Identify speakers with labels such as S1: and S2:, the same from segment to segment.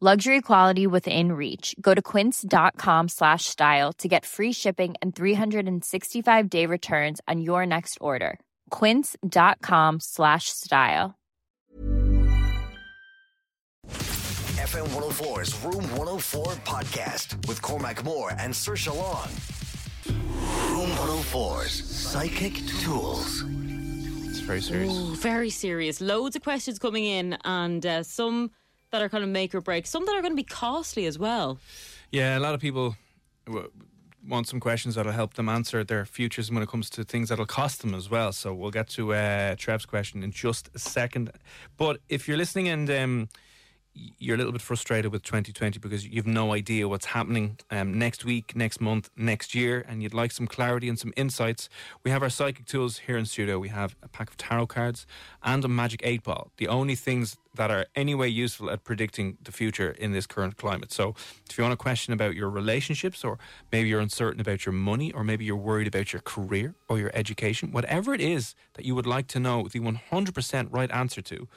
S1: Luxury quality within reach. Go to quince.com slash style to get free shipping and 365 day returns on your next order. Quince.com slash style.
S2: FM 104's Room 104 podcast with Cormac Moore and Sir Long. Room 104's Psychic Tools.
S3: It's very serious.
S4: Ooh, very serious. Loads of questions coming in, and uh, some that are kind of make or break, some that are going to be costly as well.
S3: Yeah, a lot of people w- want some questions that'll help them answer their futures when it comes to things that'll cost them as well. So we'll get to uh, Trev's question in just a second. But if you're listening and um, y- you're a little bit frustrated with 2020 because you've no idea what's happening um, next week, next month, next year, and you'd like some clarity and some insights, we have our psychic tools here in studio. We have a pack of tarot cards and a magic eight ball, the only things that are anyway useful at predicting the future in this current climate. So, if you want a question about your relationships, or maybe you're uncertain about your money, or maybe you're worried about your career or your education, whatever it is that you would like to know the 100% right answer to,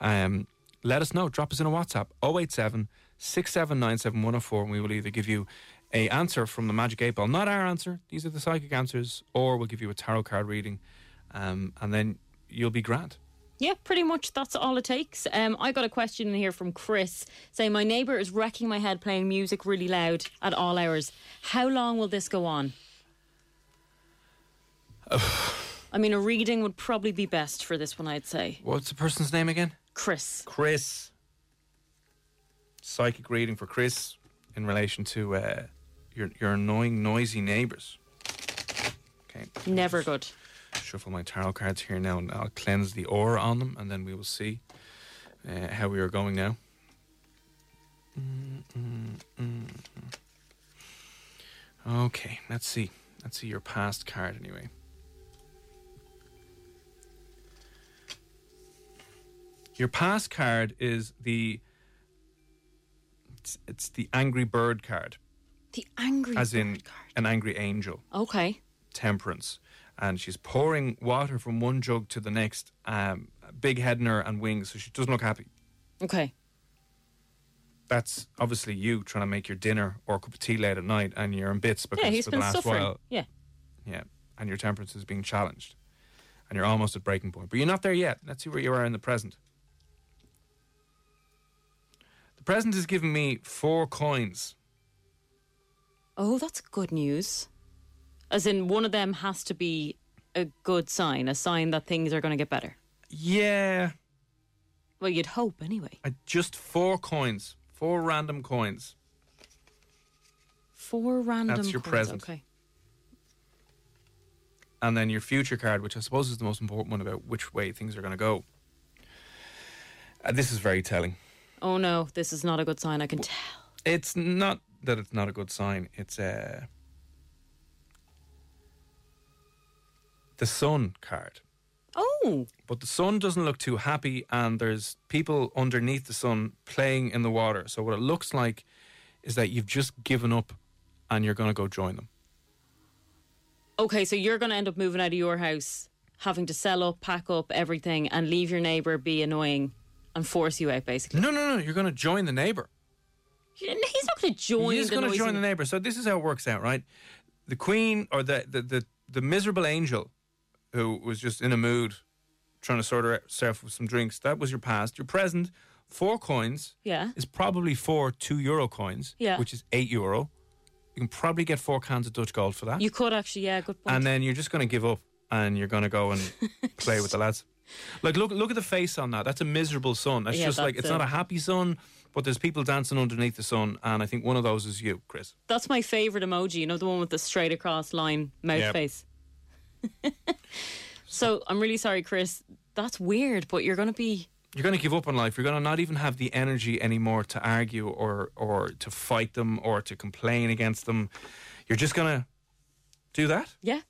S3: um, let us know. Drop us in a WhatsApp 087 6797104, and we will either give you a answer from the Magic 8 Ball, not our answer, these are the psychic answers, or we'll give you a tarot card reading, um, and then you'll be grand.
S4: Yeah, pretty much that's all it takes. Um, I got a question in here from Chris saying, My neighbour is wrecking my head playing music really loud at all hours. How long will this go on? I mean, a reading would probably be best for this one, I'd say.
S3: What's the person's name again?
S4: Chris.
S3: Chris. Psychic reading for Chris in relation to uh, your your annoying, noisy neighbours. Okay,
S4: Never good.
S3: shuffle my tarot cards here now, and I'll cleanse the aura on them, and then we will see uh, how we are going now. Mm, mm, mm. Okay, let's see. Let's see your past card anyway. Your past card is the it's, it's the angry bird card,
S4: The angry
S3: as in
S4: bird card.
S3: an angry angel
S4: Okay.
S3: temperance and she's pouring water from one jug to the next um, big head in her and wings so she doesn't look happy
S4: Okay.
S3: that's obviously you trying to make your dinner or a cup of tea late at night and you're in bits because
S4: Yeah, he's
S3: for
S4: been
S3: the last
S4: suffering.
S3: while
S4: Yeah.
S3: yeah and your temperance is being challenged and you're almost at breaking point but you're not there yet let's see where you are in the present the present has given me four coins
S4: Oh, that's good news. As in, one of them has to be a good sign, a sign that things are going to get better.
S3: yeah
S4: Well, you'd hope anyway.
S3: I- just four coins four random coins
S4: Four random.
S3: That's your
S4: coins,
S3: present.
S4: Okay.
S3: and then your future card, which I suppose is the most important one about which way things are going to go. Uh, this is very telling.
S4: Oh no, this is not a good sign. I can tell.
S3: It's not that it's not a good sign. It's uh, the sun card,
S4: Oh,
S3: but the sun doesn't look too happy, and there's people underneath the sun playing in the water. So what it looks like is that you've just given up, and you're going to go join them.
S4: okay. So you're going to end up moving out of your house, having to sell up, pack up everything, and leave your neighbor be annoying and force you out. Basically,
S3: No, no, no. You're going to join the neighbor.
S4: he's not going to join.
S3: He is
S4: the
S3: going to
S4: noisy-
S3: join the neighbor. So this is how it works out, right? The queen or the the the, the miserable angel who was just in a mood trying to sort herself with some drinks. That was your past. Your present, four coins
S4: Yeah.
S3: is probably four two euro coins,
S4: Yeah.
S3: which is eight euro. You can probably get four cans of Dutch Gold for that.
S4: You could actually, yeah, good point.
S3: and then you're just going to give up and you're going to go and play with the lads. Like, look, look at the face on that. That's a miserable sun. That's
S4: Yeah,
S3: just like
S4: that's
S3: it's not
S4: it.
S3: a happy sun, but there's people dancing underneath the sun, and I think one of those is you, Chris.
S4: That's my favourite emoji, you know, the one with the straight across line mouth
S3: Yep.
S4: face. so I'm really sorry, Chris. That's weird, but you're going to be.
S3: You're going to give up on life. You're going to not even have the energy anymore to argue or or to fight them or to complain against them. You're just going to do that.
S4: Yeah.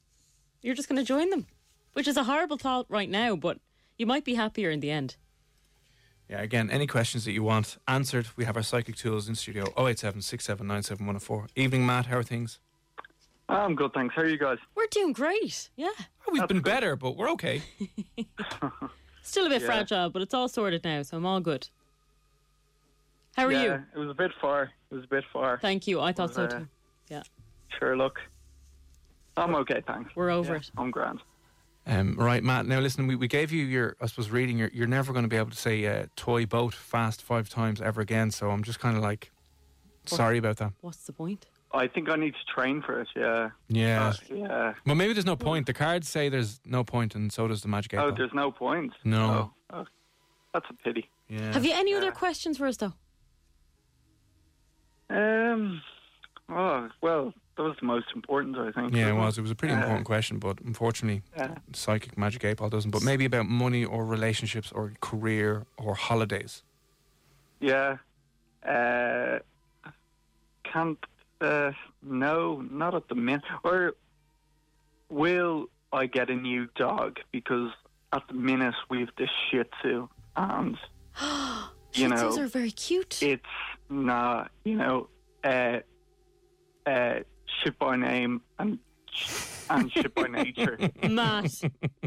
S4: You're just going to join them, which is a horrible thought right now, but you might be happier in the end.
S3: Yeah, again, any questions that you want answered, we have our psychic tools in studio 087 Evening, Matt, how are things?
S5: I'm good, thanks. How are you guys?
S4: We're doing great. Yeah.
S3: Oh, we've been better, but we're okay.
S4: Still a bit fragile, but it's all sorted now, so I'm all good. How are
S5: yeah,
S4: you?
S5: it was a bit far. It was a bit far.
S4: Thank you. I thought so
S5: Uh,
S4: too. Yeah.
S5: Sure, look. I'm okay, thanks.
S4: We're over
S5: Yeah,
S4: it.
S5: I'm grand.
S3: Um, right, Matt. Now, listen, we, we gave you your, I suppose, reading. You're, you're never going to be able to say uh, toy boat fast five times ever again. So I'm just kind of like, sorry about that.
S4: What's the point?
S5: I think I need to train for it, yeah.
S3: Yeah.
S5: Yeah.
S3: well, maybe there's no point. The cards say there's no point, and so does the magic eight
S5: Oh,
S3: ball.
S5: there's no point.
S3: No.
S5: Oh, oh, that's a pity.
S3: Yeah.
S4: Have you any other questions for us, though?
S5: Um. Oh, well, that was the most important, I think.
S3: Yeah, it
S5: wasn't
S3: was. It was a pretty important question, but unfortunately, psychic magic eight ball doesn't. But maybe about money or relationships or career or holidays.
S5: Yeah. Uh, can't. Uh, no, not at the minute. Or will I get a new dog? Because at the minute we've the Shih Tzu, and you
S4: Shih Tzus
S5: know
S4: are very cute.
S5: it's not. You know, uh, uh, shit by name and and shit by nature.
S4: Matt,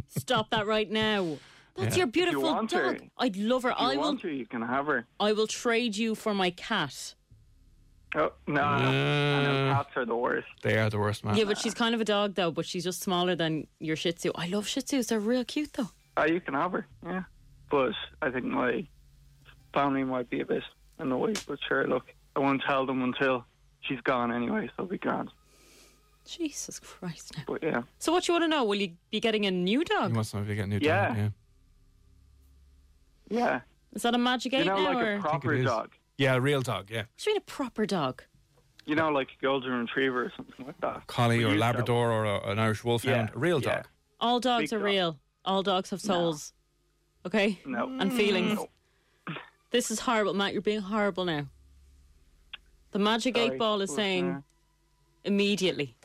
S4: stop that right now. That's your beautiful
S5: want her?
S4: dog. I'd love her.
S5: If
S4: I
S5: you
S4: will.
S5: want her, you can have her.
S4: I will trade you for my cat.
S5: Oh no, I know
S3: Uh,
S5: cats are the worst.
S3: They are the worst, Matt.
S4: Yeah,
S5: Uh-huh.
S4: but she's kind of a dog though. But she's just smaller than your Shih Tzu. I love Shih Tzus. They're real cute though.
S5: Oh, you can have her, yeah. But I think my family might be a bit annoyed, but sure, look, I won't tell them until she's gone anyway, so we can't.
S4: Jesus Christ! Now.
S5: But yeah,
S4: So what you want to know? Will you be getting a new
S3: You
S4: dog?
S3: must know if you get a new dog,
S5: Yeah.
S3: yeah.
S5: yeah.
S4: Is that a magic eight
S5: You know,
S4: now,
S5: like
S4: or
S5: a proper
S3: is.
S5: dog.
S3: Yeah, a real dog. Yeah.
S4: should we need a proper dog?
S5: You know, like a golden retriever or something like that.
S3: collie
S5: We
S3: or
S5: use that
S3: Labrador or a, an Irish Wolfhound,
S5: Yeah,
S3: a real
S5: yeah.
S3: dog.
S4: All dogs
S5: Big
S4: are
S5: dog.
S4: real. All dogs have souls. Okay.
S5: one. No.
S4: And feelings.
S5: Mm. No.
S4: This is horrible, Matt. You're being horrible now. The magic
S5: Sorry.
S4: eight ball is
S5: Well,
S4: saying
S5: yeah.
S4: immediately.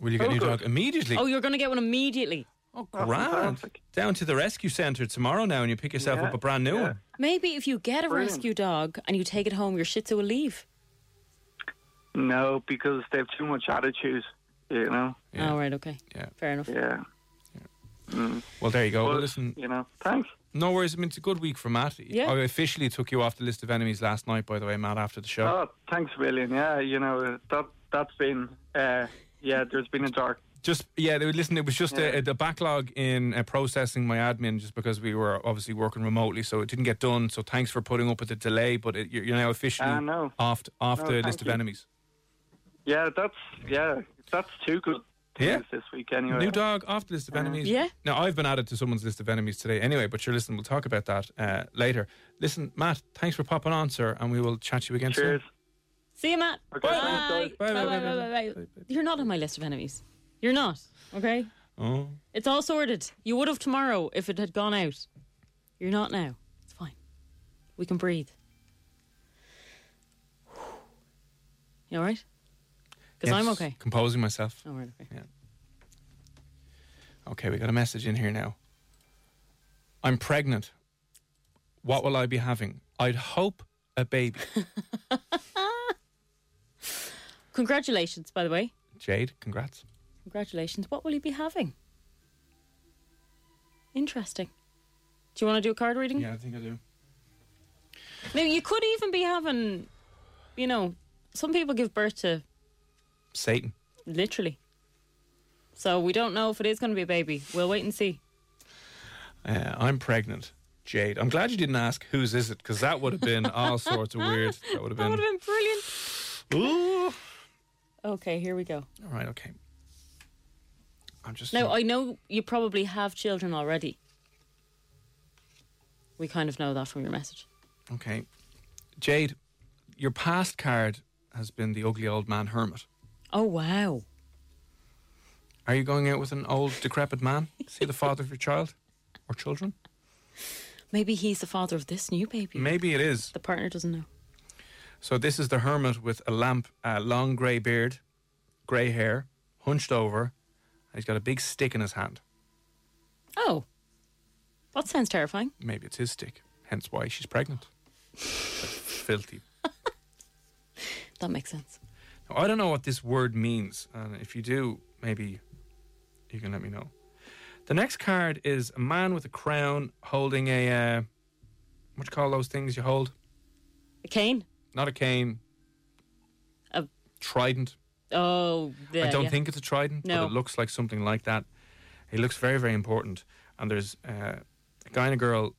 S3: Will you get a new dog immediately?
S4: Oh, you're going to get one immediately.
S3: Oh,
S5: that's
S3: grand.
S5: fantastic.
S3: Down to the rescue centre tomorrow now and you pick yourself
S5: Yeah,
S3: up a brand new
S5: yeah.
S3: one.
S4: Maybe if you get a
S5: Brilliant.
S4: rescue dog and you take it home, your Shih Tzu will leave.
S5: No, because they have too much attitude, you know?
S4: All right. okay.
S3: Yeah.
S4: Fair enough.
S5: Yeah.
S3: Well, there you go. Well,
S5: But,
S3: listen,
S5: you know, thanks.
S3: no worries. I mean, it's a good week for Matt.
S4: Yeah.
S3: I officially took you off the list of enemies last night, by the way, Matt, after the show.
S5: Oh, thanks, William. Yeah, you know, that, that's been, uh, yeah, there's been a dark
S3: Just yeah, they would listen. It was just a,
S5: Yeah.
S3: the backlog in uh, processing my admin, just because we were obviously working remotely, so it didn't get done. So thanks for putting up with the delay, but it, you're, you're now officially
S5: Ah, no.
S3: off off
S5: No,
S3: the
S5: thank
S3: list of
S5: you.
S3: enemies.
S5: Yeah, that's yeah, that's two good things
S3: Yeah.
S5: this week anyway.
S3: New dog off the list of enemies.
S4: Yeah.
S3: Now I've been added to someone's list of enemies today. Anyway, but sure, listen, we'll talk about that uh, later. Listen, Matt, thanks for popping on, sir, and we will chat to you again
S5: Cheers.
S4: See you, Matt.
S5: Okay,
S4: Bye.
S5: thanks,
S3: Bye,
S4: Bye,
S5: guys.
S4: bye,
S3: bye,
S4: bye,
S3: bye,
S4: bye, bye. You're not on my list of enemies. You're not. Okay.
S3: soon. Oh,
S4: It's all sorted. You would have tomorrow if it had gone out. You're not now. It's fine. We can breathe. You all right? Because I'm
S3: yes,
S4: okay.
S3: Composing myself.
S4: All right. Okay.
S3: Okay, we got a message in here now. I'm pregnant. What will I be having? I'd hope a baby.
S4: Congratulations, by the way.
S3: Jade, congrats.
S4: Congratulations. What will you be having? Interesting. Do you want to do a card reading?
S3: I think I do.
S4: No, you could even be having, you know, some people give birth to
S3: Satan.
S4: literally. So we don't know if it is going to be a baby. We'll wait and see.
S3: Uh, I'm pregnant. Jade. I'm glad you didn't ask whose is it because that would have been all sorts of weird. That would have
S4: That would
S3: been.
S4: have been brilliant.
S3: Ooh.
S4: Okay, here we go.
S3: All right, okay. I'm just
S4: Now, I know you probably have children already. We kind of know that from your message.
S3: okay. Jade, your past card has been the ugly old man hermit.
S4: Oh, wow.
S3: Are you going out with an old decrepit man? See the father of your child or children?
S4: Maybe he's the father of this new baby.
S3: Maybe it is.
S4: The partner doesn't know.
S3: So this is the hermit with a lamp, a long grey beard, grey hair, hunched over, and he's got a big stick in his hand.
S4: Oh. That sounds terrifying.
S3: Maybe it's his stick, hence why she's pregnant. Filthy.
S4: That makes sense.
S3: Now, Oh, I don't know what this word means, and if you do, maybe you can let me know. The next card is a man with a crown holding a uh, what do you call those things you hold?
S4: A cane?
S3: Not a cane.
S4: A-
S3: trident.
S4: Oh, yeah,
S3: I don't
S4: yeah.
S3: think it's a trident,
S4: No.
S3: but it looks like something like that. He looks very, very important. And there's uh, a guy and a girl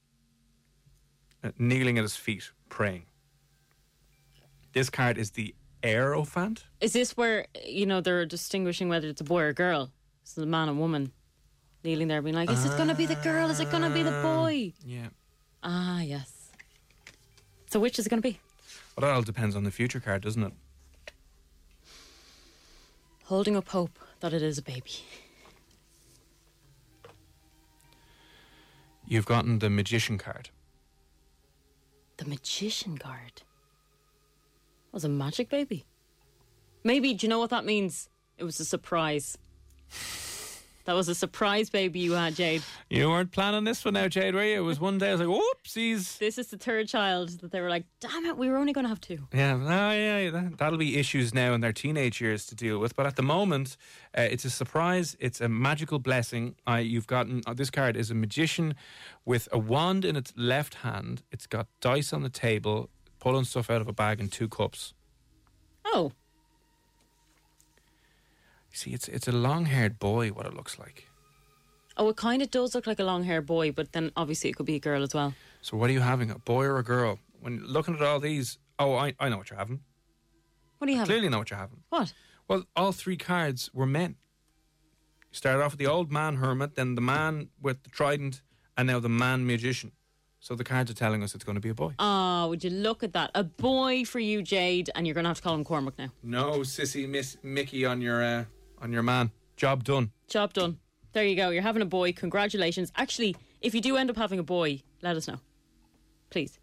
S3: uh, kneeling at his feet, praying. This card is the Aerophant.
S4: Is this where, you know, they're distinguishing whether it's a boy or girl? So the man and woman kneeling there being like, is it going to be the girl? Is it going to be the boy?
S3: Yeah.
S4: Ah, yes. So which is it going to be?
S3: Well, that all depends on the future card, doesn't it?
S4: Holding up hope that it is a baby.
S3: You've gotten the Magician card.
S4: The magician guard. was a magic baby. Maybe, do you know what that means? It was a surprise. That was a surprise baby you had, Jade.
S3: You weren't planning this one now, Jade, were you? It was one day I was like, whoopsies.
S4: This is the third child that they were like, damn it, we were only going to have two.
S3: Yeah, no, yeah, yeah, that, that'll be issues now in their teenage years to deal with. But at the moment, uh, it's a surprise. It's a magical blessing. I, you've gotten uh, this card is a magician with a wand in its left hand. It's got dice on the table, pulling stuff out of a bag and two cups.
S4: Oh,
S3: You see, it's it's a long-haired boy. What it looks like.
S4: oh, it kind of does look like a long haired boy, but then obviously it could be a girl as well.
S3: So, what are you having, a boy or a girl? When looking at all these, oh, I, I know what you're having.
S4: What do you have?
S3: Clearly, know what you're having.
S4: What?
S3: Well, all three cards were men. You started off with the old man hermit, then the man with the trident, and now the man magician. So the cards are telling us it's going to be a boy.
S4: Ah, would you look at that? A boy for you, Jade, and you're going to have to call him Cormac now.
S3: No sissy miss Mickey on your uh, on your man. Job done.
S4: Job done. There you go. You're having a boy. Congratulations. Actually, if you do end up having a boy, let us know. Please.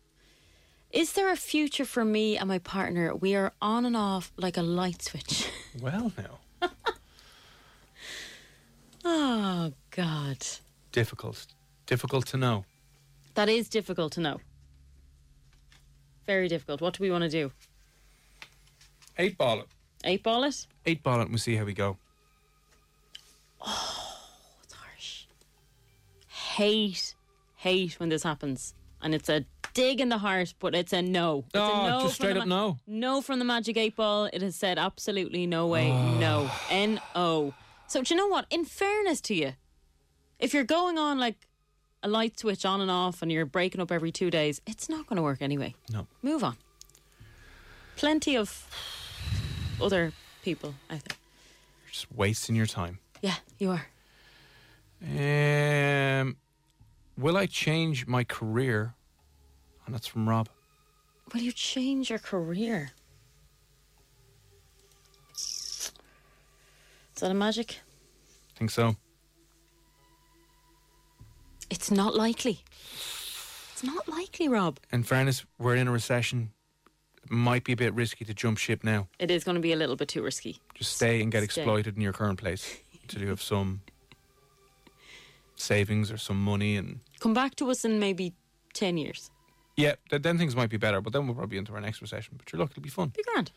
S4: Is there a future for me and my partner? We are on and off like a light switch.
S3: Well, now
S4: oh, God.
S3: difficult, difficult to know.
S4: That is difficult to know. Very difficult. What do we want to do?
S3: Eight ball it.
S4: Eight ball it?
S3: Eight ball it. and We'll see how we go.
S4: It's harsh. Hate, hate when this happens. And it's a dig in the heart, but it's a no. It's
S3: Oh,
S4: a no
S3: just
S4: from the
S3: straight up no.
S4: No from the Magic 8 Ball. It has said absolutely no way,
S3: Ah.
S4: no. N O. So, do you know what? In fairness to you, if you're going on like a light switch on and off and you're breaking up every two days, it's not going to work anyway.
S3: No.
S4: Move on. Plenty of other people out there.
S3: You're just wasting your time.
S4: Yeah, you are.
S3: Um, will I change my career? And that's from Rob.
S4: Will you change your career? Is that a magic?
S3: Think so.
S4: It's not likely. It's not likely, Rob.
S3: in fairness, we're in a recession. It might be a bit risky to jump ship now.
S4: It is going to be a little bit too risky.
S3: Just stay and get
S4: Stay.
S3: exploited in your current place until you have some savings or some money. And
S4: Come back to us in maybe 10 years.
S3: yeah, th- then things might be better. But then we'll probably be into our next recession. But you're lucky, it'll be fun.
S4: Be grand.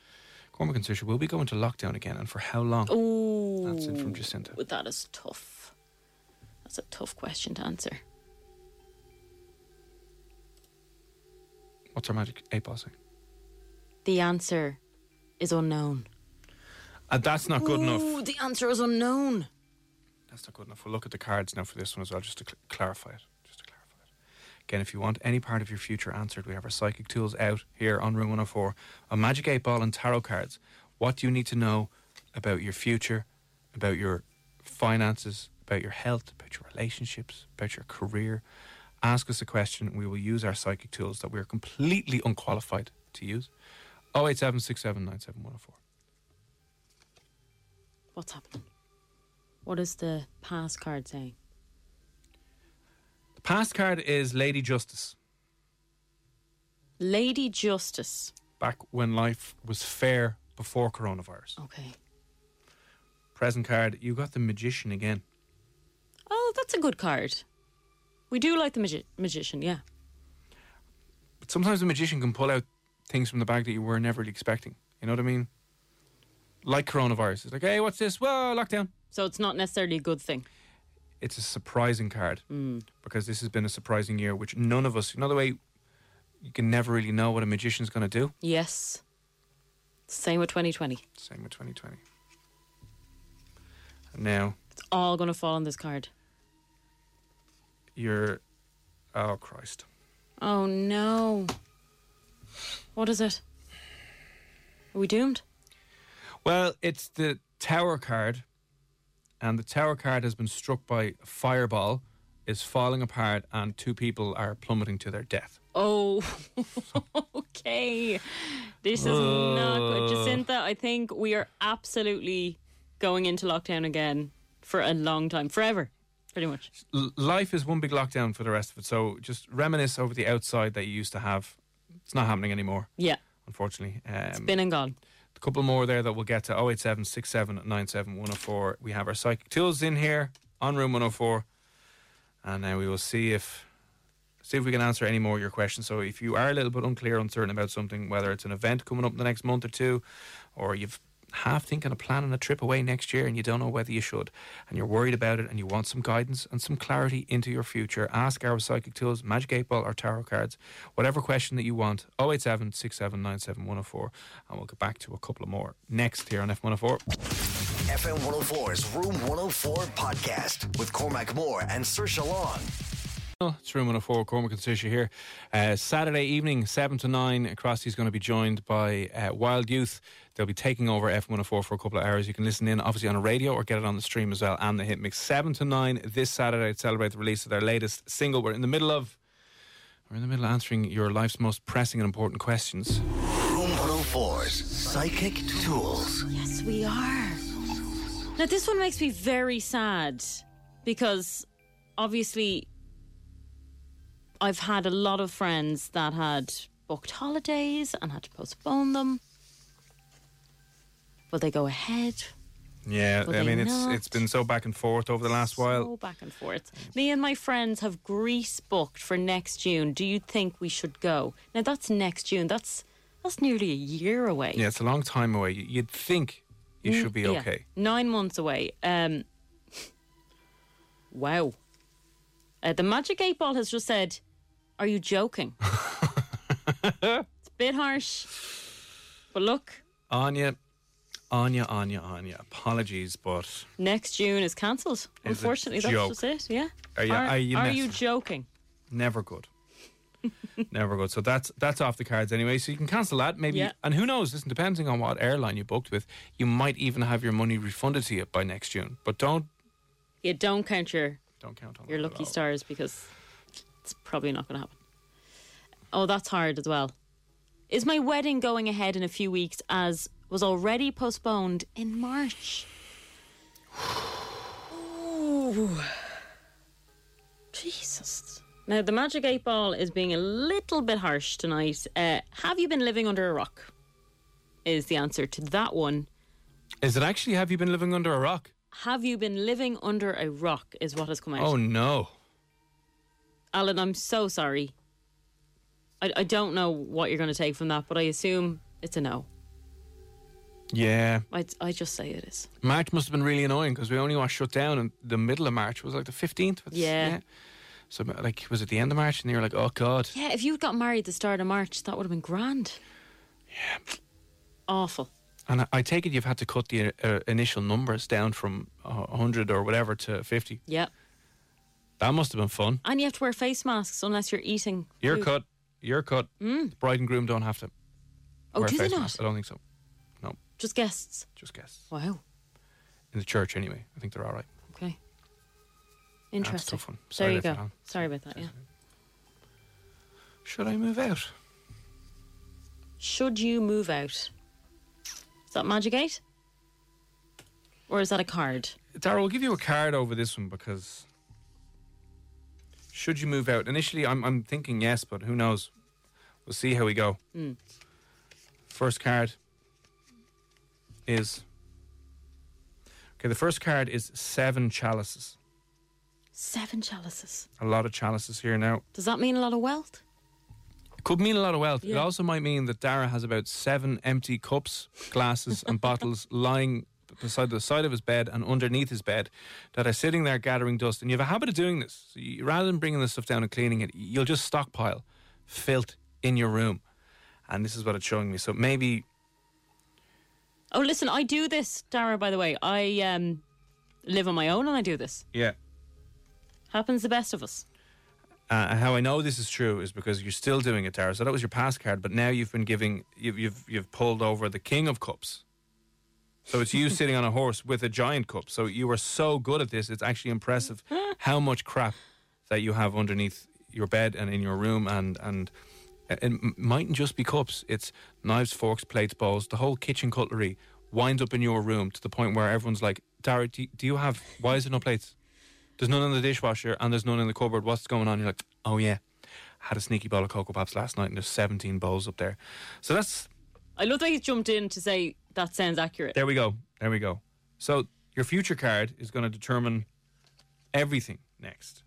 S3: Cormac and Saoirse will be going to lockdown again, and for how long?
S4: Oh.
S3: That's it from Jacinta.
S4: That is tough. That's a tough question to answer.
S3: What's our magic eight ball saying?
S4: The answer is unknown.
S3: Uh, that's not good
S4: Ooh,
S3: enough.
S4: the answer is unknown.
S3: That's not good enough. We'll look at the cards now for this one as well, just to cl- clarify it. Just to clarify it. Again, if you want any part of your future answered, we have our psychic oh tools out here on Room 104 on Magic 8 Ball and Tarot cards. What do you need to know about your future, about your finances, about your health, about your relationships, about your career, ask us a question. We will use our psychic tools that we are completely unqualified to use. 087
S4: What's happening? What does the pass card say?
S3: The past card is Lady Justice.
S4: Lady Justice.
S3: Back when life was fair before coronavirus.
S4: Okay.
S3: Present card, you got the magician again.
S4: Oh, that's a good card. We do like the magi- magician, yeah.
S3: But sometimes the magician can pull out things from the bag that you were never really expecting. You know what I mean? Like coronavirus. It's like, hey, what's this? Whoa, lockdown.
S4: So it's not necessarily a good thing.
S3: it's a surprising card because this has been a surprising year, which none of us, another way, you can never really know what a magician's going to do.
S4: Yes. Same with 2020.
S3: Same with 2020. And now
S4: It's all going to fall on this card.
S3: you're, oh Christ,
S4: Oh no. What is it? Are we doomed?
S3: Well, it's the tower card, and the tower card has been struck by a fireball, is falling apart, and two people are plummeting to their death.
S4: Oh, okay. This is not good. Jacinta, I think we are absolutely going into lockdown again for a long time, forever, pretty much.
S3: L- life is one big lockdown for the rest of it. So just reminisce over the outside that you used to have. It's not happening anymore,
S4: Yeah,
S3: unfortunately.
S4: it's
S3: Um,
S4: been and gone.
S3: a couple more there that we'll get to 087 We have our psychic tools in here on room 104. And now we will see if see if we can answer any more of your questions. So if you are a little bit unclear, uncertain about something, whether it's an event coming up in the next month or two, or you've half thinking of planning a trip away next year and you don't know whether you should, and you're worried about it and you want some guidance and some clarity into your future, ask our psychic tools, magic eight ball or tarot cards, whatever question that you want, 087 and we'll get back to a couple of more next here on F104.
S2: FM 104's Room 104 podcast with Cormac Moore and Sir Long.
S3: Well, It's Room 104, Cormac and Saoirse here. Uh, Saturday evening, 7 to 9, Crossy's going to be joined by uh, Wild Youth. They'll be taking over F104 for a couple of hours. You can listen in, obviously, on a radio or get it on the stream as well and the hit mix. 7 to 9 this Saturday to celebrate the release of their latest single. We're in the middle of. We're in the middle of answering your life's most pressing and important questions.
S2: Room 104's Psychic Tools.
S4: Yes, we are. Now, this one makes me very sad because obviously I've had a lot of friends that had booked holidays and had to postpone them. Will they go ahead?
S3: Yeah,
S4: Will
S3: I
S4: they
S3: mean it's
S4: not?
S3: it's been so back and forth over the last
S4: So
S3: while.
S4: back and forth. Me and my friends have Greece booked for next June. Do you think we should go? Now that's next June. That's that's nearly a year away.
S3: Yeah, it's a long time away. You- You'd think you should be
S4: Mm, Yeah,
S3: okay.
S4: Nine months away. Um, wow. Uh, the Magic 8 Ball has just said, Are you joking? it's a bit harsh. But look,
S3: Anya, Anya, Anya, Anya. Apologies, but
S4: next June is cancelled.
S3: a
S4: Unfortunately,
S3: joke.
S4: that's just it. Yeah.
S3: Are you- are Uh, you messing-
S4: you joking?
S3: Never good. Never good. So that's that's off the cards anyway. So you can cancel that maybe.
S4: Yeah.
S3: And who knows? Listen, depending on what airline you booked with, you might even have your money refunded to you by next June. But don't
S4: You don't count your,
S3: don't count on
S4: your
S3: that at
S4: lucky
S3: all.
S4: stars because it's probably not going to happen. Oh, that's hard as well. Is my wedding going ahead in a few weeks as was already postponed in March? Ooh. Jesus. Now, the Magic 8 Ball is being a little bit harsh tonight. Uh, have you been living under a rock? Is the answer to that one.
S3: Is it actually? Have you been living under a rock?
S4: Have you been living under a rock? Is what has come out.
S3: Oh no.
S4: Alan, I'm so sorry. I, I don't know what you're going to take from that, but I assume it's a no.
S3: Yeah,
S4: I, I just say it is.
S3: March must have been really annoying because we only got shut down in the middle of March. Was it like the fifteenth.
S4: Yeah.
S3: So like, was it the end of March? And they were like, "Oh God."
S4: Yeah, if you'd got married the start of March, that would have been grand. Yeah. Awful.
S3: And I, I take it you've had to cut the uh, initial numbers down from uh, hundred or whatever to fifty.
S4: Yep.
S3: That must have been fun.
S4: And you have to wear face masks unless you're eating.
S3: Your
S4: food.
S3: cut. Your cut. Bride and groom don't have to
S4: Mm. Oh,
S3: wear
S4: do they
S3: face
S4: not?
S3: masks. I don't think so. No.
S4: Just guests.
S3: Just guess.
S4: Wow.
S3: In the church, anyway. I think they're all right.
S4: Okay.
S3: a
S4: Interesting.
S3: tough one. Sorry
S4: There you
S3: about
S4: go.
S3: that, Alan.
S4: Sorry about that. Yeah.
S3: Should I move out?
S4: Should you move out? Is that Magic Eight? Or is that a card?
S3: Daryl, we'll give you a card over this one because should you move out? Initially, I'm, I'm thinking yes, but who knows? We'll see how we go.
S4: Mm.
S3: First card is. Okay, the first card is seven chalices.
S4: Seven chalices.
S3: A lot of chalices here now.
S4: Does that mean a lot of wealth?
S3: It could mean a lot of wealth. It
S4: Yeah.
S3: also might mean that Dara has about seven empty cups, glasses, and bottles lying beside the side of his bed and underneath his bed that are sitting there gathering dust. And you have a habit of doing this. So you, rather than bringing this stuff down and cleaning it, you'll just stockpile filth in your room. And this is what it's showing me. So maybe
S4: Oh, listen, I do this, Dara, by the way. I um, live on my own and I do this.
S3: yeah.
S4: Happens to the best of us.
S3: Uh, how I know this is true is because you're still doing it, Dara. So that was your pass card, but now you've been giving, you've you've, you've pulled over the king of cups. So it's you sitting on a horse with a giant cup. So you are so good at this; it's actually impressive how much crap that you have underneath your bed and in your room, and and it m- mightn't just be cups. It's knives, forks, plates, bowls, the whole kitchen cutlery winds up in your room to the point where everyone's like, "Dara, do, do you have? Why is there no plates?" There's none in the dishwasher and there's none in the cupboard. What's going on? You're like, oh yeah, I had a sneaky bowl of cocoa pops last night and there's 17 bowls up there. So that's
S4: I love the way he's jumped in to say that sounds accurate.
S3: there we go, there we go. So your future card is going to determine everything next.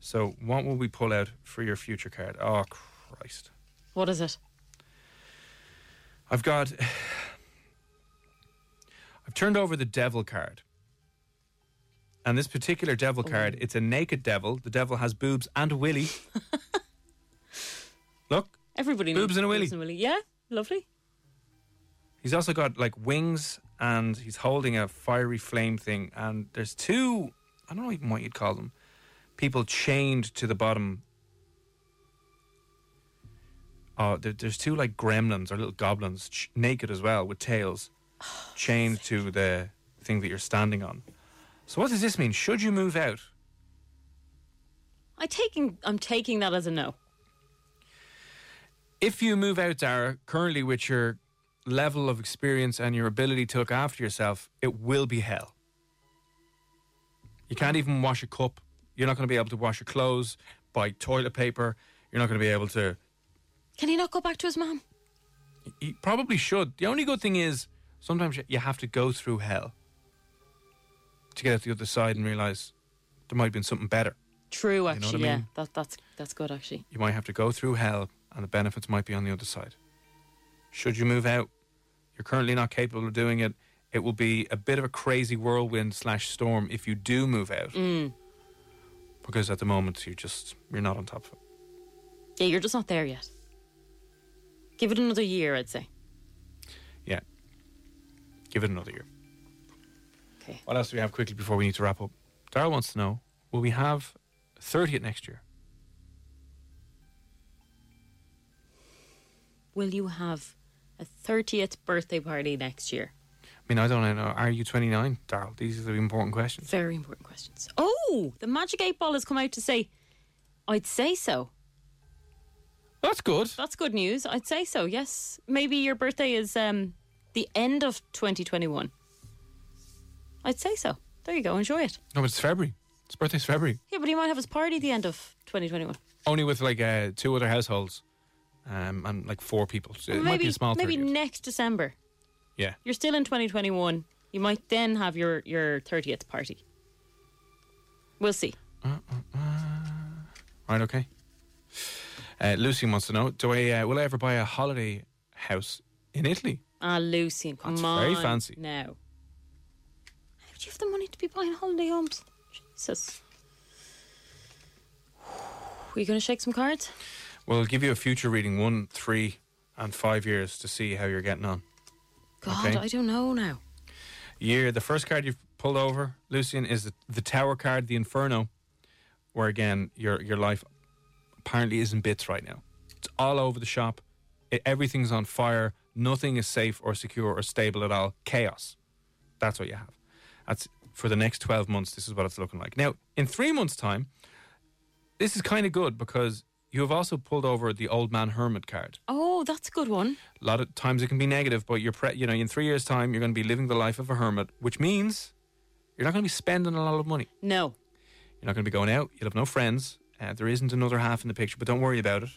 S3: So what will we pull out for your future card? Oh Christ,
S4: What is it?
S3: I've got. I've turned over the devil card. And this particular devil card, it's a naked devil. The devil has boobs and willy. Look,
S4: Everybody
S3: Boobs
S4: knows.
S3: and a willy.
S4: Boobs and a willy. Yeah, lovely.
S3: He's also got like wings and he's holding a fiery flame thing. And there's two, I don't know even what you'd call them, people chained to the bottom. Oh, there, there's two like gremlins or little goblins, ch- naked as well, with tails, chained to the thing that you're standing on. So, what does this mean? Should you move out?
S4: I taking I'm taking that as a no.
S3: if you move out, Dara, currently with your level of experience and your ability to look after yourself, it will be hell. You can't even wash a cup. You're not going to be able to wash your clothes, buy toilet paper. You're not going to be able to.
S4: Can he not go back to his mum?
S3: You probably should. The only good thing is sometimes you- you have to go through hell to get out the other side and realize there might have been something better.
S4: True,
S3: what I
S4: actually. Yeah,
S3: mean?
S4: that, that's that's good actually.
S3: You might have to go through hell, and the benefits might be on the other side. Should you move out, you're currently not capable of doing it. It will be a bit of a crazy whirlwind slash storm if you do move out, because at the moment you just you're not on top of it.
S4: Yeah, you're just not there yet. Give it another year, I'd say.
S3: Yeah, give it another year.
S4: Okay.
S3: What else do we have quickly before we need to wrap up? Daryl wants to know: Will we have thirtieth next year?
S4: Will you have a thirtieth birthday party next year?
S3: I mean, I don't know. Are you twenty nine, Daryl? These are the important questions.
S4: Very important questions. Oh, the magic eight ball has come out to say, I'd say so.
S3: That's good.
S4: That's good news. I'd say so. Yes, maybe your birthday is um, the end of 2021. I'd say so. There you go. Enjoy it.
S3: No, but it's February. His birthday's February.
S4: Yeah, but he might have his party at the end of 2021.
S3: only with like uh, two other households um, and like four people. So it
S4: Or
S3: might be a small
S4: maybe
S3: period.
S4: next December.
S3: yeah.
S4: You're still in 2021. You might then have your your 30th party. We'll see.
S3: Right. Okay. Uh, Lucy wants to know: Do I uh, will I ever buy a holiday house in Italy?
S4: Ah, Lucian, come
S3: That's
S4: on.
S3: very fancy.
S4: Now, how do you have the money to be buying holiday homes? Jesus. Are you going to shake some cards?
S3: We'll give you a future reading one, three, and five years to see how you're getting on.
S4: God,
S3: Okay.
S4: I don't know now.
S3: Year. The first card you've pulled over, Lucian, is the, the Tower card, the Inferno, where again your your life apparently is in bits right now. It's all over the shop. It, E, everything's on fire. Nothing is safe or secure or stable at all. Chaos. That's what you have. That's for the next 12 months. This is what it's looking like. Now, in three months' time, this is kind of good because you have also pulled over the old man hermit card.
S4: Oh, that's a good one.
S3: A lot of times it can be negative, but you're pre- you know in three years' time you're going to be living the life of a hermit, which means you're not going to be spending a lot of money.
S4: No.
S3: You're not going to be going out. You'll have no friends. Uh, there isn't another half in the picture, but don't worry about it.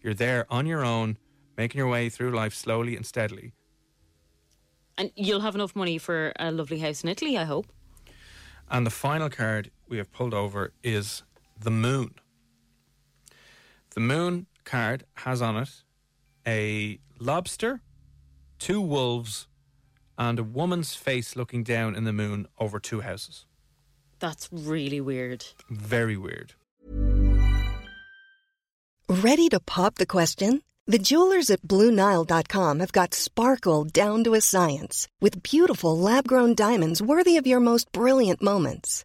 S3: You're there on your own, making your way through life slowly and steadily.
S4: And you'll have enough money for a lovely house in Italy, I hope.
S3: And the final card we have pulled over is the moon. The moon card has on it a lobster, two wolves, and a woman's face looking down in the moon over two houses.
S4: That's really weird.
S3: Very weird.
S6: Ready to pop the question? The jewelers at BlueNile.com have got sparkle down to a science with beautiful lab grown diamonds worthy of your most brilliant moments.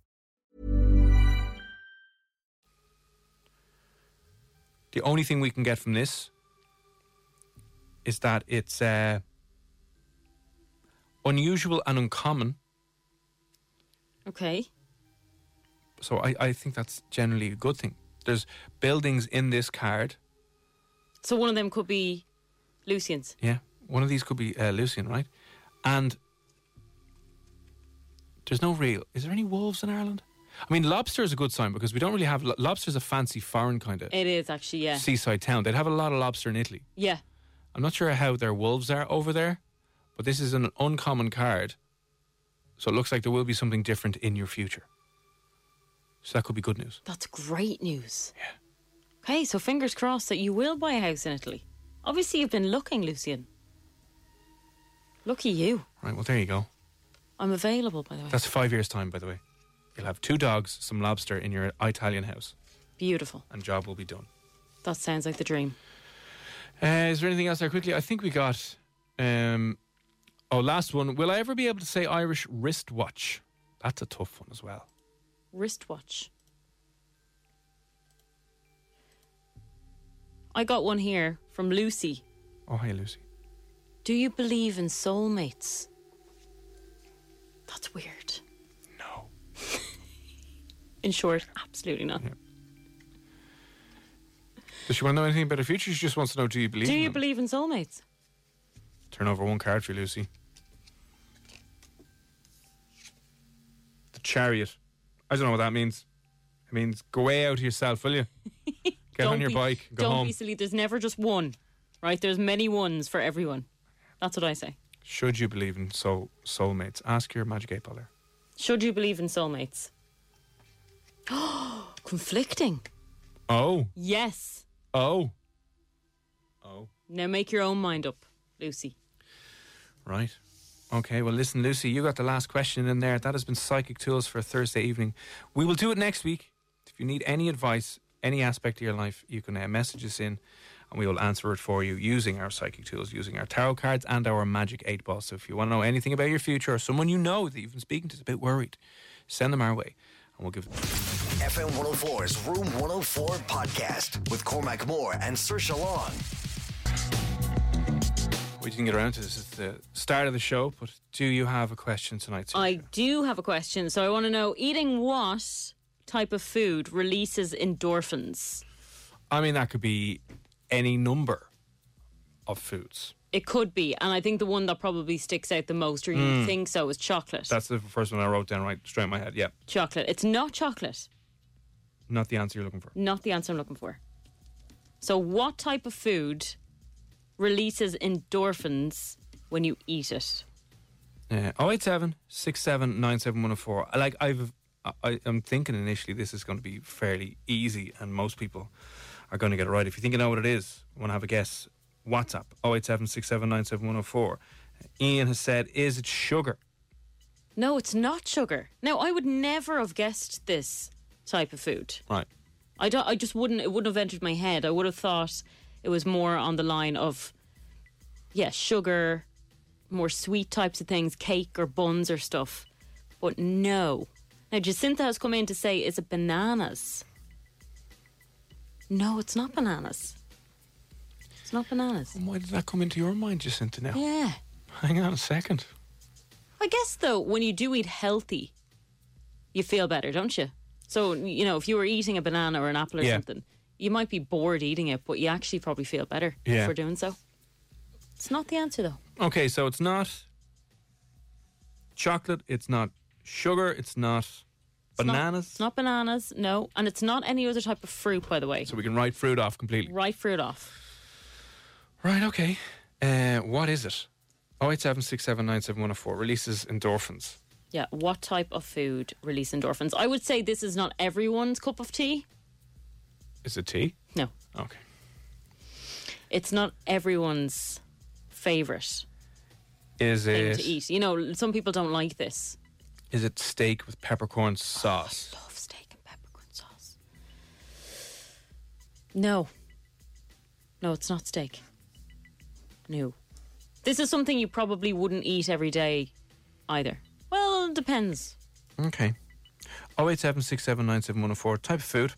S3: The only thing we can get from this is that it's uh, unusual and uncommon.
S4: Okay.
S3: So I, I think that's generally a good thing. There's buildings in this card.
S4: So one of them could be Lucian's.
S3: Yeah, one of these could be uh, Lucian, right? And there's no real. Is there any wolves in Ireland? I mean, lobster is a good sign because we don't really have lo- lobster's a fancy foreign kind of
S4: It is actually, yeah.
S3: seaside town. They'd have a lot of lobster in Italy.
S4: Yeah.
S3: I'm not sure how their wolves are over there, but this is an uncommon card. So it looks like there will be something different in your future. So that could be good news.
S4: That's great news. Yeah. Okay, so fingers crossed that you will buy a house in Italy. Obviously, you've been looking, Lucian. Lucky you.
S3: Right, well, there you go.
S4: I'm available, by the way.
S3: That's five years' time, by the way. You'll have two dogs, some lobster in your Italian house,
S4: beautiful.
S3: and job will be done.
S4: That sounds like the dream.
S3: Uh, is there anything else there quickly? I think we got. Um, oh, last one. Will I ever be able to say Irish wristwatch? That's a tough one as well.
S4: Wristwatch. I got one here from Lucy.
S3: Oh, hi, Lucy.
S4: Do you believe in soulmates? That's weird.
S3: No.
S4: In short, absolutely not.
S3: Does she want to know anything about her future? She just wants to know do you believe
S4: Do
S3: in
S4: you
S3: them?
S4: believe in soulmates?
S3: Turn over one card for you, Lucy. The chariot. I don't know what that means. It means go way out of yourself, will you? Get on
S4: Don't
S3: your
S4: be-
S3: bike, go
S4: don't
S3: home.
S4: be silly. There's never just one, right? There's many ones for everyone. That's what I say.
S3: Should you believe in soul soulmates? Ask your magic eight baller.
S4: Should you believe in soulmates? Conflicting.
S3: Oh,
S4: Yes.
S3: oh, oh.
S4: Now make your own mind up, Lucy.
S3: Right. Okay, well, listen, Lucy, you got the last question in there. That has been Psychic Tools for Thursday evening. We will do it next week. If you need any advice, any aspect of your life, you can uh, message us in and we will answer it for you using our psychic tools, using our tarot cards and our magic eight ball. So if you want to know anything about your future or someone you know that you've been speaking to is a bit worried, send them our way and we'll give.
S2: FM 104's Room 104 podcast with Cormac Moore and Sir Long.
S3: We didn't get around to this at the start of the show, but do you have a question tonight? Sue?
S4: I do have a question. So I want to know eating what type of food releases endorphins?
S3: I mean, that could be any number of foods.
S4: It could be. And I think the one that probably sticks out the most, or you think so, is chocolate.
S3: Hmm. That's the first one I wrote down right straight in my head. Yeah,
S4: chocolate. It's not chocolate.
S3: not the answer you're looking for.
S4: Not the answer I'm looking for. So, what type of food releases endorphins when you eat it?
S3: Uh, 087 67 97104. Like, I've, I, I- I'm thinking initially this is going to be fairly easy, and most people are going to get it right. If you think you know what it is, want to have a guess, WhatsApp 087 67 97104. Ian has said, Is it sugar?
S4: No, it's not sugar. Now, I would never have guessed this type of food.
S3: Right.
S4: I don't. I just wouldn't. It wouldn't have entered my head. I would have thought it was more on the line of, yeah, sugar, more sweet types of things, cake or buns or stuff. But no. Now Jacinta has come in to say, is it bananas? No, it's not bananas. It's not bananas.
S3: Why did that come into your mind, Jacinta, now?
S4: Yeah.
S3: Hang on a second.
S4: I guess though, when you do eat healthy, you feel better, don't you? So you know, if you were eating a banana or an apple or
S3: Yeah.
S4: something, you might be bored eating it, but you actually probably feel better
S3: Yeah.
S4: for doing so. It's not the answer though.
S3: Okay, so it's not chocolate, it's not sugar, it's not
S4: It's not-
S3: bananas.
S4: It's not bananas, no, and it's not any other type of fruit, by the way.
S3: So we can write fruit off completely.
S4: Right fruit off.
S3: Right, okay. Uh, what is it? Oh, 0876797104 releases endorphins.
S4: Yeah, what type of food release endorphins? I would say this is not everyone's cup of tea.
S3: Is it tea?
S4: No,
S3: Okay.
S4: it's not everyone's favorite
S3: Is
S4: thing
S3: it
S4: to eat. You know, some people don't like this.
S3: is it steak with peppercorn sauce?
S4: love steak and peppercorn sauce. No. No, it's not steak. No. This is something you probably wouldn't eat every day either. Well, it depends.
S3: Okay. Oh, 0876797104 type of food.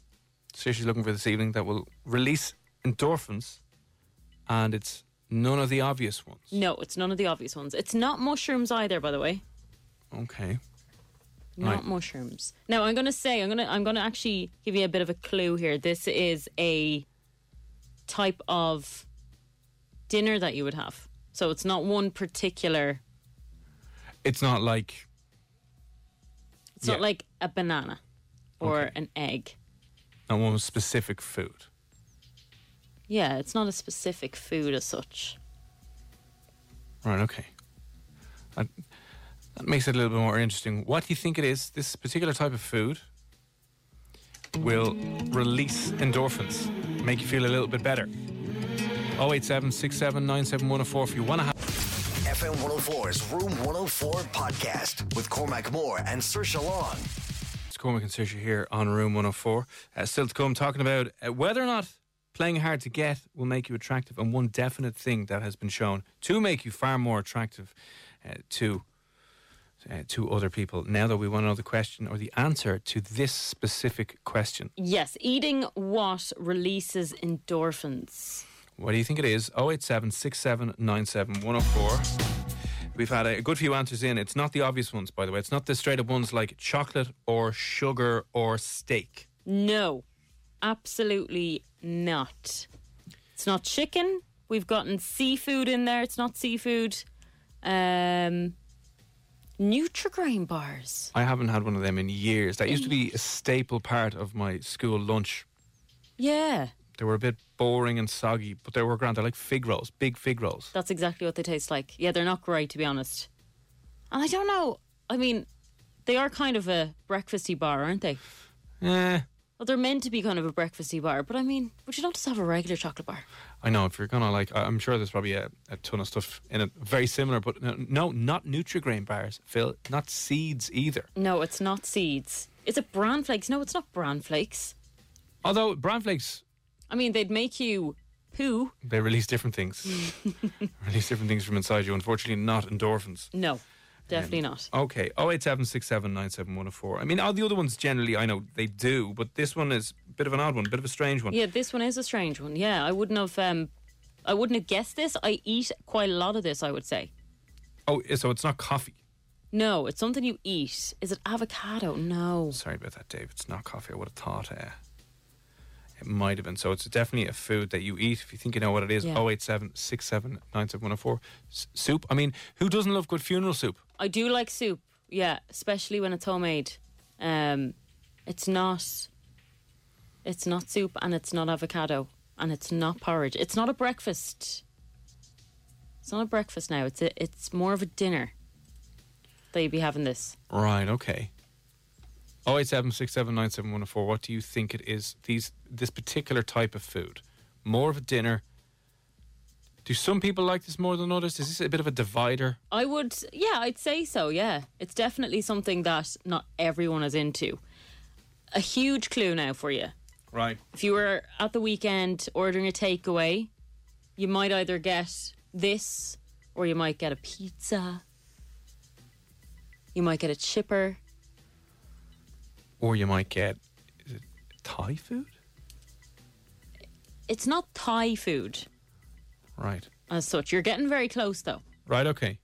S3: So she's looking for this evening that will release endorphins and it's none of the obvious ones.
S4: No, it's none of the obvious ones. It's not mushrooms either, by the way.
S3: Okay.
S4: Not
S3: Right.
S4: mushrooms. Now I'm gonna say I'm gonna I'm gonna actually give you a bit of a clue here. This is a type of dinner that you would have. So it's not one particular
S3: It's not like
S4: it's
S3: Yeah.
S4: not like a banana or
S3: Okay.
S4: an egg.
S3: a one specific food.
S4: Yeah, it's not a specific food as such.
S3: Right, okay. That, that makes it a little bit more interesting. What do you think it is? This particular type of food will release endorphins, make you feel a little bit better. 087 if you want to have.
S2: FM 104's Room 104 podcast with Cormac Moore and Sir Long.
S3: It's Cormac and Saoirse here on Room 104. Uh, still to come, talking about uh, whether or not playing hard to get will make you attractive, and one definite thing that has been shown to make you far more attractive uh, to uh, to other people. Now that we want to know the question or the answer to this specific question,
S4: Yes, eating what releases endorphins.
S3: What do you think it is? 087 We've had a good few answers in. It's not the obvious ones, by the way. It's not the straight up ones like chocolate or sugar or steak.
S4: No, absolutely not. It's not chicken. We've gotten seafood in there. It's not seafood. Um, Nutrigrain bars.
S3: I haven't had one of them in years. That used to be a staple part of my school lunch.
S4: Yeah,
S3: They were a bit boring and soggy, but they were grand. They're like fig rolls, big fig rolls.
S4: that's exactly what they taste like. Yeah, they're not great to be honest. And I don't know. I mean, they are kind of a breakfasty bar, aren't they?
S3: Eh,
S4: Well, they're meant to be kind of a breakfasty bar, but I mean, would you not just have a regular chocolate bar?
S3: I know if you're gonna like, I- I'm sure there's probably a, a ton of stuff in it very similar, but no, no not Nutrigrain bars, Phil. Not seeds either.
S4: No, it's not seeds. Is it bran flakes? No, it's not bran flakes.
S3: Although bran flakes
S4: I mean, they'd make you poo.
S3: They release different things. release different things from inside you. Unfortunately, not endorphins.
S4: No. Definitely not.
S3: Okay, 0876797104. I mean, all the other ones generally I know they do, but this one is a bit of an odd one, bit of a strange one.
S4: Yeah, this one is a strange one. Yeah, I wouldn't have. Um, I wouldn't have guessed this. I eat quite a lot of this. I would say.
S3: Oh, so it's not coffee.
S4: No, it's something you eat. Is it avocado? No.
S3: Sorry about that, Dave. It's not coffee. I would have thought uh, it might have been. So it's definitely a food that you eat. If you think you know what it is,
S4: Yeah.
S3: oh eight seven six seven nine seven one zero four. S- soup. I mean, who doesn't love good funeral soup?
S4: I do like soup. Yeah, especially when it's homemade. Um, it's not. It's not soup, and it's not avocado, and it's not porridge. It's not a breakfast. It's not a breakfast now. It's a, it's more of a dinner. That you'd be having this.
S3: Right. Okay. Oh eight seven six seven nine seven one zero four. What do you think it is? These this particular type of food, more of a dinner. Do some people like this more than others? Is this a bit of a divider?
S4: I would, yeah, I'd say so. Yeah, it's definitely something that not everyone is into. A huge clue now for you.
S3: Right.
S4: if you were at the weekend ordering a takeaway, you might either get this or you might get a pizza. You might get a chipper.
S3: Or you might get is it Thai food.
S4: It's not Thai food
S3: Right.
S4: as such. You're getting very close though.
S3: Right, okay.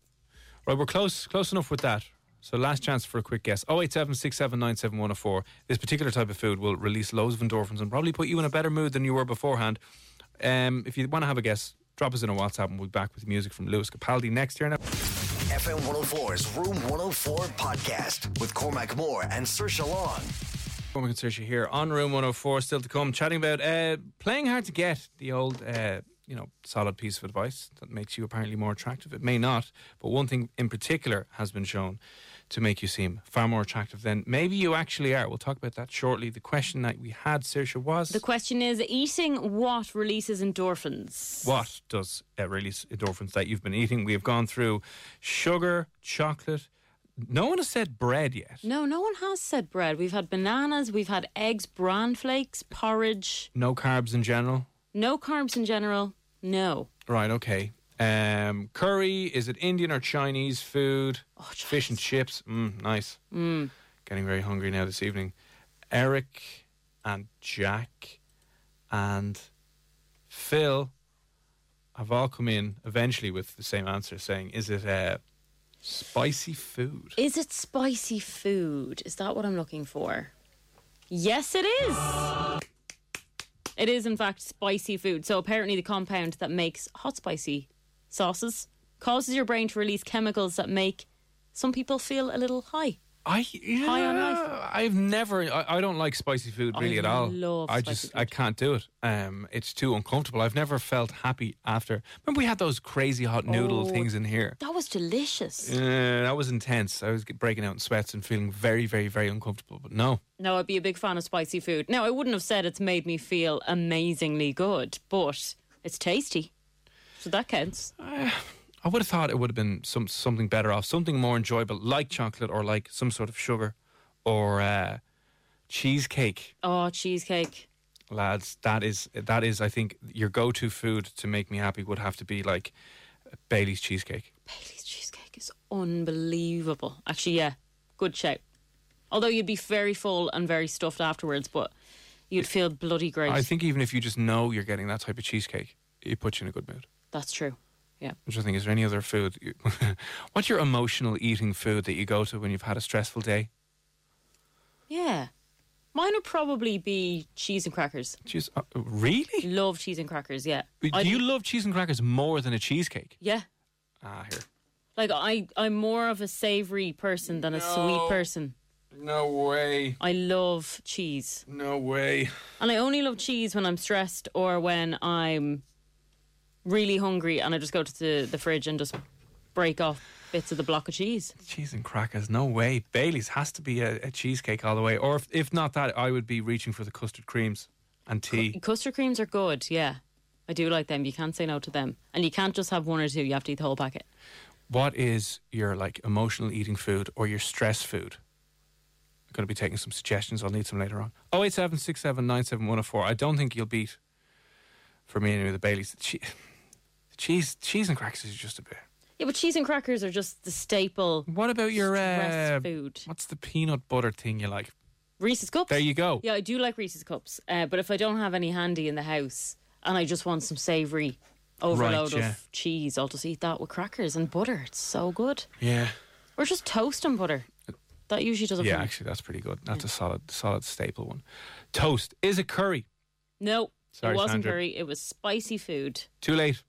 S3: Right, we're close close enough with that. So last chance for a quick guess. 0876797104. This particular type of food will release loads of endorphins and probably put you in a better mood than you were beforehand. Um, if you want to have a guess, drop us in a WhatsApp and we'll be back with music from Lewis Capaldi next year. Now.
S2: FM 104's Room 104 podcast with Cormac Moore and Sir Long.
S3: Cormac and Saoirse here on Room 104, still to come, chatting about uh, playing hard to get, the old, uh, you know, solid piece of advice that makes you apparently more attractive. It may not, but one thing in particular has been shown to make you seem far more attractive than maybe you actually are. We'll talk about that shortly. The question that we had, Saoirse, was
S4: The question is eating what releases endorphins?
S3: what does uh, release endorphins that you've been eating? We have gone through sugar, chocolate. No one has said bread yet.
S4: No, no one has said bread. We've had bananas, we've had eggs, bran flakes, porridge,
S3: No carbs in general.
S4: no carbs in general. No.
S3: Right, okay. Um, curry, is it Indian or Oh, Chinese food? Fish and chips. Mm, nice. Getting very hungry now this evening. Eric and Jack and Phil have all come in eventually with the same answer saying, is it uh, spicy food?
S4: Is it spicy food? Is that what I'm looking for? Yes, it is. It is, in fact, spicy food. So, apparently, the compound that makes hot spicy sauces causes your brain to release chemicals that make some people feel a little high.
S3: I
S4: High on
S3: yeah, I've never. I, I don't like spicy food
S4: I
S3: really at all.
S4: love
S3: I
S4: spicy
S3: just
S4: food.
S3: I can't do it. Um, it's too uncomfortable. I've never felt happy after. Remember we had those crazy hot noodle
S4: Oh.
S3: things in here.
S4: That was delicious.
S3: Uh, that was intense. I was get- breaking out in sweats and feeling very, very, very uncomfortable. But no,
S4: No, I'd be a big fan of spicy food. Now, I wouldn't have said it's made me feel amazingly good, but it's tasty. So, that counts.
S3: I would have thought it would have been some something better off, something more enjoyable, like chocolate or like some sort of sugar or uh, cheesecake.
S4: Oh, cheesecake.
S3: lads that is that is i think your go-to food to make me happy would have to be like bailey's cheesecake
S4: Bailey's cheesecake is unbelievable. Actually, yeah, good shout. Although you'd be very full and very stuffed afterwards, but you'd feel bloody great.
S3: i think even if you just know you're getting that type of cheesecake it puts you in a good mood
S4: that's true. Yeah.
S3: which i think is there any other food you- what's your emotional eating food that you go to when you've had a stressful day
S4: Yeah. Mine would probably be cheese and crackers.
S3: Jeez, uh, really
S4: Love cheese and crackers, yeah.
S3: do
S4: I'd-
S3: you love cheese and crackers more than a cheesecake
S4: Yeah.
S3: ah here
S4: Like I I'm more of a savory person than a sweet person.
S3: no way
S4: I love cheese.
S3: no way
S4: And I only love cheese when I'm stressed or when I'm really hungry and I just go to the, the fridge and just break off bits of the block of cheese.
S3: cheese and crackers no way bailey's has to be a, a cheesecake all the way or if, if not that i would be reaching for the custard creams and tea
S4: Custard creams are good, yeah. I do like them. You can't say no to them. And you can't just have one or two, you have to eat the whole packet.
S3: What is your like emotional eating food or your stress food? I'm going to be taking some suggestions. I'll need some later on. Oh, 0876797104. I don't think you'll beat for me anyway the Baileys. The che- the cheese, cheese and crackers is just a bit.
S4: Yeah, but cheese and crackers are just the staple
S3: What about your uh,
S4: rest food.
S3: What's the peanut butter thing you like?
S4: Reese's cups.
S3: There you go.
S4: Yeah, I do like Reese's cups, uh, but if I don't have any handy in the house and I just want some savoury overload
S3: yeah.
S4: of cheese, I'll just eat that with crackers and butter. It's so good.
S3: Yeah,
S4: Or just toast and butter. That usually does it
S3: Uh, yeah.
S4: for me.
S3: Actually, that's pretty good. That's a solid, solid staple one. Toast is a curry.
S4: No,
S3: Sorry,
S4: it wasn't
S3: Sandra.
S4: curry. It was spicy food.
S3: Too late.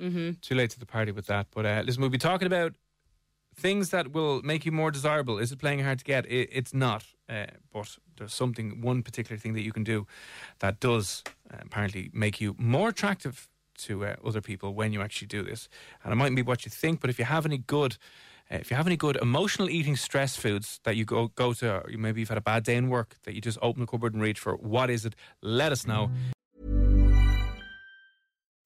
S3: Mm-hmm. Too late to the party with that. But uh, listen, we'll be talking about things that will make you more desirable. Is it playing hard to get? It, it's not. Uh, but there's something, one particular thing that you can do that does uh, apparently make you more attractive to uh, other people when you actually do this. And it mightn't be what you think, but if you have any good. uh, If you have any good emotional eating stress foods that you go go to, or you- maybe you've had a bad day in work that you just open the cupboard and reach for, what is it? Let us know.